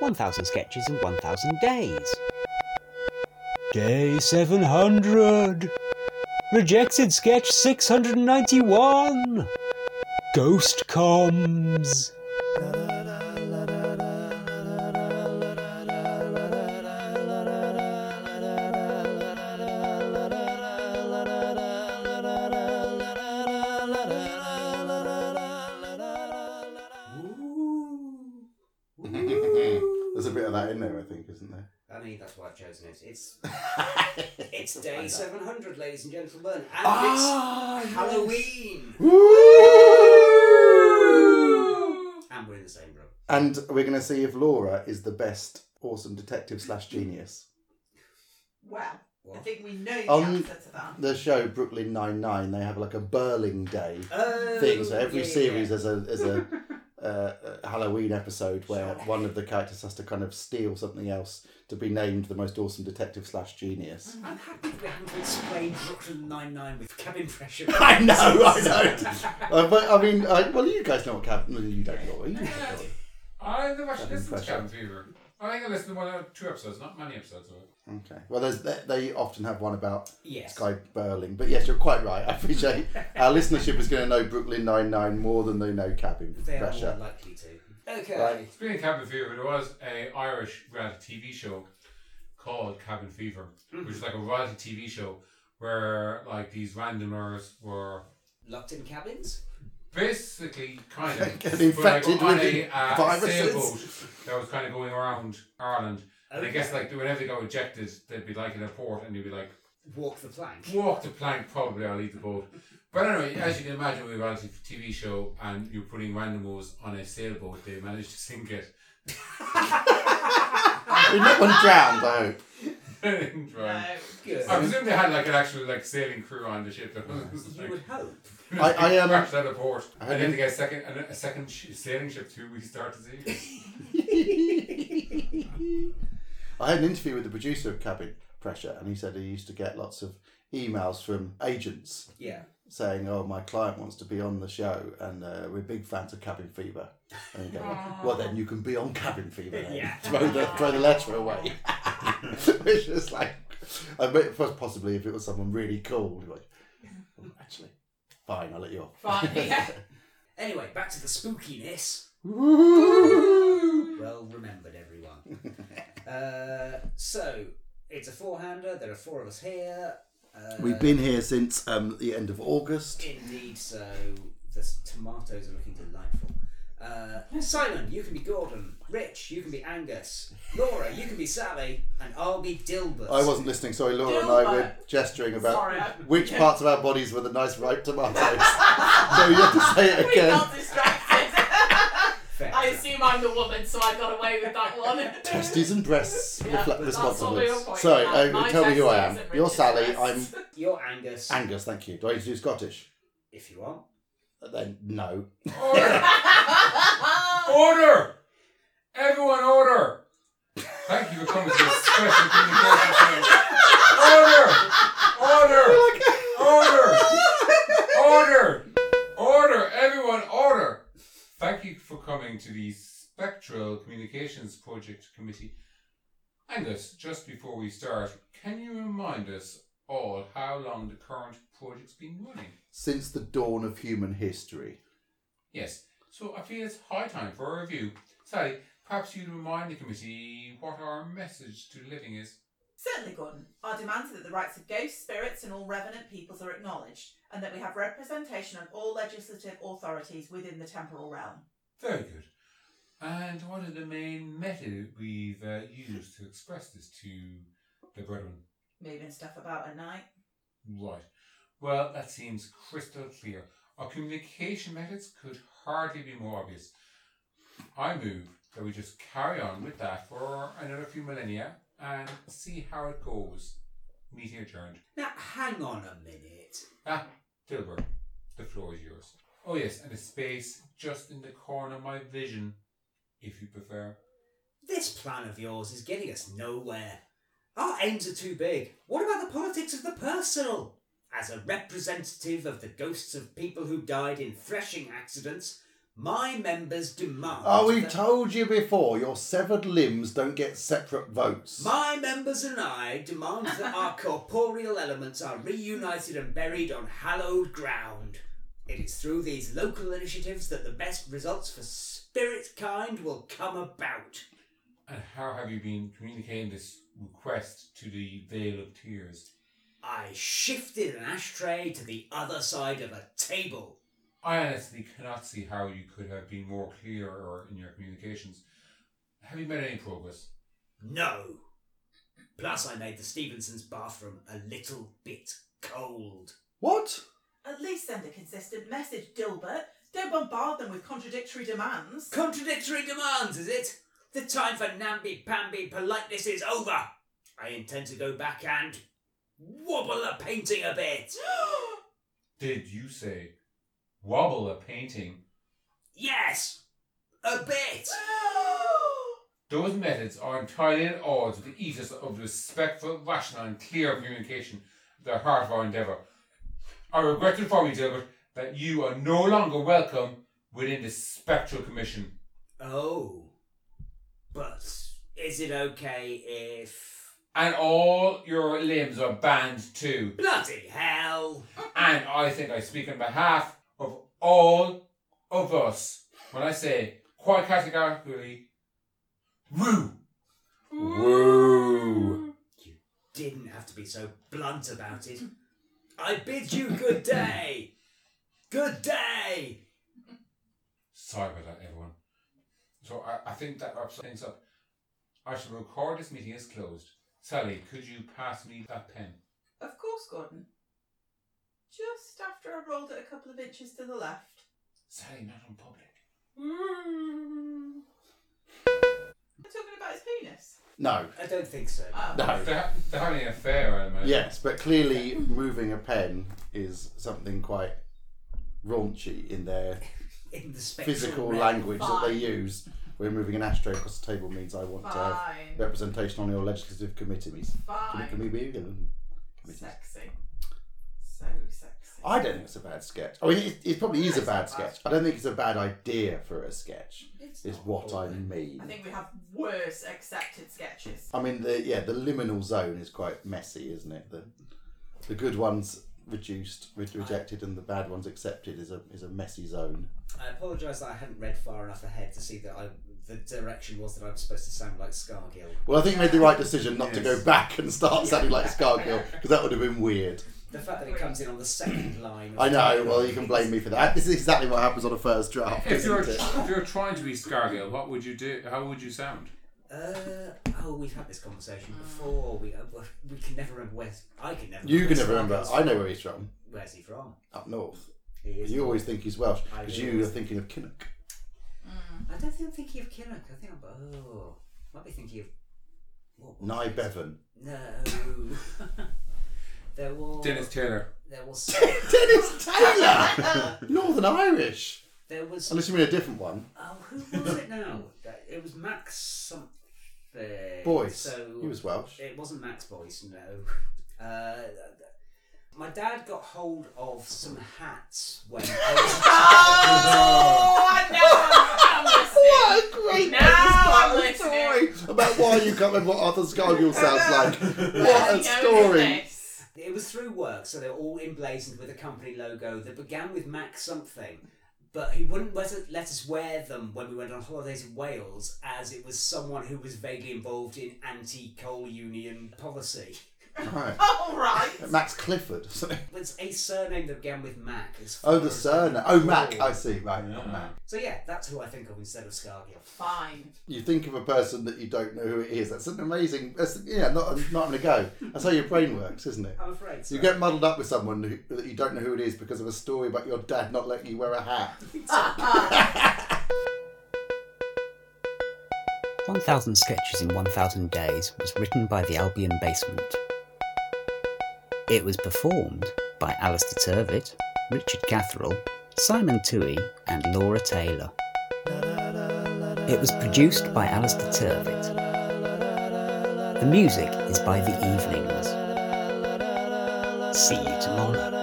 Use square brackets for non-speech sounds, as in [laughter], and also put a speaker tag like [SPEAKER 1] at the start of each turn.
[SPEAKER 1] 1000 Sketches in 1000 Days. Day 700. Rejected Sketch 691. Ghost Comes.
[SPEAKER 2] [laughs]
[SPEAKER 3] There's a bit of that in there, I think, isn't there?
[SPEAKER 2] I mean, that's why I've chosen it. It's [laughs] it's day 700, ladies and gentlemen, and
[SPEAKER 1] Ah,
[SPEAKER 3] Ah,
[SPEAKER 2] it's Halloween, and we're in the same room.
[SPEAKER 3] And we're going to see if Laura is the best awesome detective slash genius.
[SPEAKER 4] Well, I
[SPEAKER 2] What?
[SPEAKER 4] think we know the
[SPEAKER 3] Um,
[SPEAKER 4] answer to that.
[SPEAKER 3] The show Brooklyn Nine Nine, they have like a Burling Day
[SPEAKER 2] Oh,
[SPEAKER 3] thing. So every
[SPEAKER 2] yeah, yeah,
[SPEAKER 3] series
[SPEAKER 2] yeah.
[SPEAKER 3] there's a there's
[SPEAKER 2] [laughs]
[SPEAKER 3] a uh, a Halloween episode where
[SPEAKER 4] Sure.
[SPEAKER 3] one of the characters has to kind of steal something else to be named the most awesome detective slash genius.
[SPEAKER 2] I'm happy we haven't explained Brooklyn Nine-Nine with cabin
[SPEAKER 3] [laughs]
[SPEAKER 2] pressure.
[SPEAKER 3] I know,
[SPEAKER 2] [laughs]
[SPEAKER 3] I know. Uh, but I mean, I, well, you guys know what Cap. Well, you don't, Laura. You don't,
[SPEAKER 5] Yeah.
[SPEAKER 3] Laura.
[SPEAKER 2] [laughs]
[SPEAKER 5] I never
[SPEAKER 3] That
[SPEAKER 5] actually listened to
[SPEAKER 3] impression.
[SPEAKER 5] Cabin Fever. er I think I listened to one or two episodes, not many episodes of it.
[SPEAKER 3] Okay. Well, there's they, they often have one about
[SPEAKER 2] Yes.
[SPEAKER 3] Sky Burling, but yes, you're quite right. I
[SPEAKER 2] [laughs]
[SPEAKER 3] appreciate our listenership is going to know Brooklyn Nine Nine more than they know Cabin
[SPEAKER 2] They are more
[SPEAKER 3] Pressure.
[SPEAKER 2] likely to.
[SPEAKER 3] [laughs]
[SPEAKER 2] Okay.
[SPEAKER 3] Right.
[SPEAKER 5] Speaking of Cabin Fever, there was a Irish reality TV show called Cabin Fever, which is like a reality TV show where like these randomers were
[SPEAKER 2] Locked in cabins?
[SPEAKER 5] basically kind
[SPEAKER 3] [laughs]
[SPEAKER 5] of
[SPEAKER 3] Get
[SPEAKER 5] but,
[SPEAKER 3] infected
[SPEAKER 5] on
[SPEAKER 3] with
[SPEAKER 5] a, uh,
[SPEAKER 3] viruses.
[SPEAKER 5] sailboat that was kind of going around Ireland. And I guess
[SPEAKER 2] Okay.
[SPEAKER 5] like whenever they got ejected, they'd be like in a port and you'd be like,
[SPEAKER 2] Walk the plank.
[SPEAKER 5] walk the plank, probably I'll leave the boat. But anyway, as you can imagine, with a reality TV show and you're putting randomos on a sailboat, they managed to sink it. [laughs]
[SPEAKER 3] We've not one drowned, I hope.
[SPEAKER 5] And, right.
[SPEAKER 4] No.
[SPEAKER 2] Good.
[SPEAKER 5] I presume they had like an actual like sailing crew on the ship. That was,
[SPEAKER 2] you
[SPEAKER 5] like,
[SPEAKER 2] would hope.
[SPEAKER 5] [laughs]
[SPEAKER 3] I- I, um,
[SPEAKER 5] crashed out of port,
[SPEAKER 3] I
[SPEAKER 5] and then
[SPEAKER 3] didn't-
[SPEAKER 5] they get a second and a second sh- sailing ship too. We start to see.
[SPEAKER 3] I had an interview with the producer of Cabin Pressure, and he said he used to get lots of emails from agents
[SPEAKER 2] Yeah.
[SPEAKER 3] saying, "Oh, my client wants to be on the show, and uh, we're big fans of Cabin Fever." And you go,
[SPEAKER 4] Ah.
[SPEAKER 3] "Well, then you can be on Cabin Fever." Then.
[SPEAKER 2] Yeah.
[SPEAKER 3] Throw the throw the letter away. [laughs] Which is like, I mean, first possibly if it was someone really cool, you're like, "Oh, actually, fine, I'll let you off.
[SPEAKER 4] Fine, yeah.
[SPEAKER 2] Anyway, back to the spookiness.
[SPEAKER 3] Woo!
[SPEAKER 2] Well remembered, everyone. [laughs] uh, so, it's a four-hander. There are four of us here. Uh,
[SPEAKER 3] [laughs] We've been here since um, the end of August.
[SPEAKER 2] Indeed, so the s- tomatoes are looking delightful. Uh, Simon, you can be Gordon. Rich, you can be Angus. Laura, you can be Sally, and I'll be Dilbert.
[SPEAKER 3] I wasn't listening. Sorry, Laura and I were
[SPEAKER 4] Dilbert.
[SPEAKER 3] gesturing about
[SPEAKER 4] Sorry, I-
[SPEAKER 3] which parts of our bodies were the nice ripe
[SPEAKER 4] [laughs]
[SPEAKER 3] tomatoes. so you have to say it
[SPEAKER 4] We
[SPEAKER 3] again.
[SPEAKER 4] got distracted.
[SPEAKER 2] Fair
[SPEAKER 4] [laughs] I
[SPEAKER 2] enough.
[SPEAKER 4] assume I'm the woman, so I got away with that one.
[SPEAKER 3] [laughs] Testes and breasts
[SPEAKER 4] Yeah,
[SPEAKER 3] reflect
[SPEAKER 4] that's all
[SPEAKER 3] responsiveness.
[SPEAKER 4] we were pointing
[SPEAKER 3] Sorry,
[SPEAKER 4] at.
[SPEAKER 3] uh,
[SPEAKER 4] My
[SPEAKER 3] tell me who I am.
[SPEAKER 4] testes and
[SPEAKER 3] You're
[SPEAKER 4] Richard's
[SPEAKER 3] Sally. I'm
[SPEAKER 4] breasts.
[SPEAKER 2] You're Angus,
[SPEAKER 3] Angus. Thank you. Do I need to do Scottish?
[SPEAKER 2] if you want.
[SPEAKER 3] Uh, Then no.
[SPEAKER 5] Order! [laughs] order! Everyone, order! Thank you for coming to this special communication thing. Order! Order! Order! Order! Order! Everyone, order! Thank you for coming to the Spectral Communications Project Committee. Angus, just before we start, can you remind us all how long the current project's been running?
[SPEAKER 3] Since the dawn of human history.
[SPEAKER 5] Yes. So I feel it's high time for a review. Sally, perhaps you'd remind the committee what our message to the living is.
[SPEAKER 4] Certainly, Gordon. Our demands are that the rights of ghosts, spirits, and all revenant peoples are acknowledged, and that we have representation of all legislative authorities within the temporal realm.
[SPEAKER 5] Very good. And what is the main method we've uh, used to express this to the brethren?
[SPEAKER 4] Moving stuff about at night.
[SPEAKER 5] Right. Well, that seems crystal clear. Our communication methods could hardly be more obvious. I move that we just carry on with that for another few millennia and see how it goes. Meeting adjourned.
[SPEAKER 2] Now, hang on a minute.
[SPEAKER 5] Ah, Dilbert, the floor is yours. Oh yes, and a space just in the corner of my vision, if you prefer.
[SPEAKER 2] This plan of yours is getting us nowhere. Our aims are too big. What about the politics of the personal? As a representative of the ghosts of people who died in threshing accidents, My members demand.
[SPEAKER 3] Oh, we've
[SPEAKER 2] that-
[SPEAKER 3] told you before, your severed limbs don't get separate votes.
[SPEAKER 2] My members and I demand that our corporeal elements are reunited and buried on hallowed ground. It is through these local initiatives that the best results for spirit kind will come about.
[SPEAKER 5] And how have you been communicating this request to the Vale of Tears?
[SPEAKER 2] I shifted an ashtray to the other side of a table.
[SPEAKER 5] I honestly cannot see how you could have been more clear or in your communications. Have you made any progress?
[SPEAKER 2] No. Plus, I made the Stevenson's bathroom a little bit cold.
[SPEAKER 3] What?
[SPEAKER 4] At least send a consistent message, Dilbert. Don't bombard them with contradictory demands.
[SPEAKER 2] Contradictory demands, is it? The time for namby-pamby politeness is over. I intend to go back and wobble a painting a bit.
[SPEAKER 5] Did you say wobble a painting?
[SPEAKER 2] Yes, a bit.
[SPEAKER 5] Those methods are entirely at odds with the ethos of respectful, rational, and clear communication, the heart of our endeavour. I regret to inform you, Dilbert, that you are no longer welcome within the Spectral Commission.
[SPEAKER 2] Oh, but is it okay if
[SPEAKER 5] And all your limbs are banned too.
[SPEAKER 2] bloody hell?
[SPEAKER 5] And I think I speak on behalf of all of us when I say quite categorically, woo!
[SPEAKER 3] Woo.
[SPEAKER 2] Didn't have to be so blunt about it. I bid you good day. Good day.
[SPEAKER 5] Sorry about that, everyone. So I, I think that wraps things up. I shall record this meeting as closed. Sally, could you pass me that pen?
[SPEAKER 4] Of course, Gordon. Just after I rolled it a couple of inches to the left.
[SPEAKER 5] Sally, not in public.
[SPEAKER 4] Mm. We're talking about his penis. [laughs]
[SPEAKER 3] No.
[SPEAKER 2] I don't think so.
[SPEAKER 4] Oh.
[SPEAKER 3] No.
[SPEAKER 5] They're, ha- they're having an affair, I imagine.
[SPEAKER 3] Yes, but clearly moving a pen is something quite raunchy in their
[SPEAKER 2] In the spectral
[SPEAKER 3] physical
[SPEAKER 2] realm.
[SPEAKER 3] language that they
[SPEAKER 4] Fine.
[SPEAKER 3] use. We're moving an ashtray across the table means I want to have
[SPEAKER 4] Fine.
[SPEAKER 3] representation on your legislative committees. Commi-
[SPEAKER 4] Fine.
[SPEAKER 3] commi- commi- committees.
[SPEAKER 4] Sexy. So sexy.
[SPEAKER 3] I don't think it's a bad sketch. I mean, it, it probably is a
[SPEAKER 4] It's not
[SPEAKER 3] bad
[SPEAKER 4] bad.
[SPEAKER 3] sketch. I don't think it's a bad idea for a sketch.
[SPEAKER 4] It's
[SPEAKER 3] Is
[SPEAKER 4] not
[SPEAKER 3] what I
[SPEAKER 4] boring.
[SPEAKER 3] mean.
[SPEAKER 4] I think we have worse accepted
[SPEAKER 3] [laughs]
[SPEAKER 4] sketches.
[SPEAKER 3] I mean, the yeah, the liminal zone is quite messy, isn't it? The the good ones reduced, re- rejected, and the bad ones accepted is a is a messy zone.
[SPEAKER 2] I apologise that I hadn't read far enough ahead to see that I, the direction was that I'm supposed to sound like Scargill.
[SPEAKER 3] Well, I think you made the right decision not to
[SPEAKER 5] Yes.
[SPEAKER 3] go back and start sounding like Scargill because that would have been weird.
[SPEAKER 2] The fact that it comes in on the second line. of
[SPEAKER 3] I know.
[SPEAKER 2] the-
[SPEAKER 3] Well, you can blame me for that. This is exactly what happens on a first draft.
[SPEAKER 5] If you're,
[SPEAKER 3] [laughs] Isn't it?
[SPEAKER 5] if you're trying to be Scargill, what would you do? How would you sound?
[SPEAKER 2] Uh, oh, we've had this conversation before. We uh, well, we can never remember where I can never.
[SPEAKER 3] You can
[SPEAKER 2] where
[SPEAKER 3] never remember.
[SPEAKER 2] Scargill's
[SPEAKER 3] I know
[SPEAKER 2] from.
[SPEAKER 3] where he's from.
[SPEAKER 2] Where's he from?
[SPEAKER 3] Up north.
[SPEAKER 2] He is
[SPEAKER 3] You always think he's Welsh
[SPEAKER 2] I
[SPEAKER 3] because
[SPEAKER 2] do.
[SPEAKER 3] you are thinking of Kinnock.
[SPEAKER 2] I don't think I'm thinking of Kinnock. I think I'm. Oh. Might be thinking of. What was
[SPEAKER 3] Nye
[SPEAKER 2] it?
[SPEAKER 3] Bevan.
[SPEAKER 2] No. [laughs] there was.
[SPEAKER 5] Dennis Taylor.
[SPEAKER 2] There was.
[SPEAKER 3] Dennis Taylor! Northern Irish.
[SPEAKER 2] There was.
[SPEAKER 3] Unless you mean a different one.
[SPEAKER 2] Oh, who was it now? That- It was Max something.
[SPEAKER 3] Boyce.
[SPEAKER 2] So
[SPEAKER 3] He was Welsh.
[SPEAKER 2] It wasn't Max Boyce, no. Uh, my dad got hold of some hats when I
[SPEAKER 4] Oh, I know.
[SPEAKER 3] [laughs] What a great
[SPEAKER 4] Now I'm
[SPEAKER 3] inspiring
[SPEAKER 4] listening.
[SPEAKER 3] story about why you can't remember what Arthur Scargill sounds like. What a story!
[SPEAKER 2] was. it was through work, so they were all emblazoned with a company logo that began with Max something. But he wouldn't let us, let us wear them when we went on holidays in Wales, as it was someone who was vaguely involved in anti coal union policy.
[SPEAKER 3] Right.
[SPEAKER 4] All right.
[SPEAKER 3] Max Clifford. [laughs] or something.
[SPEAKER 2] It's a surname that began with Mac. as
[SPEAKER 3] Oh,
[SPEAKER 2] far
[SPEAKER 3] the
[SPEAKER 2] as I can
[SPEAKER 3] surname. Oh, Mac.
[SPEAKER 2] recall.
[SPEAKER 3] I see. Right, not
[SPEAKER 5] Yeah.
[SPEAKER 3] Mac.
[SPEAKER 2] So yeah, that's who I think of instead of Scargill.
[SPEAKER 4] Fine.
[SPEAKER 3] You think of a person that you don't know who it is. That's an amazing. That's, yeah, not not having a go. That's how your brain works, isn't it?
[SPEAKER 2] I'm afraid. So.
[SPEAKER 3] You get muddled up with someone who, that you don't know who it is because of a story about your dad not letting you wear a hat.
[SPEAKER 1] 1000 Sketches in 1000 Days was written by the Albion Basement. It was performed by Alistair Turvitt, Richard Catherall, Simon Toohey, and Laura Taylor. It was produced by Alistair Turvitt. The music is by The Evenings. See you tomorrow.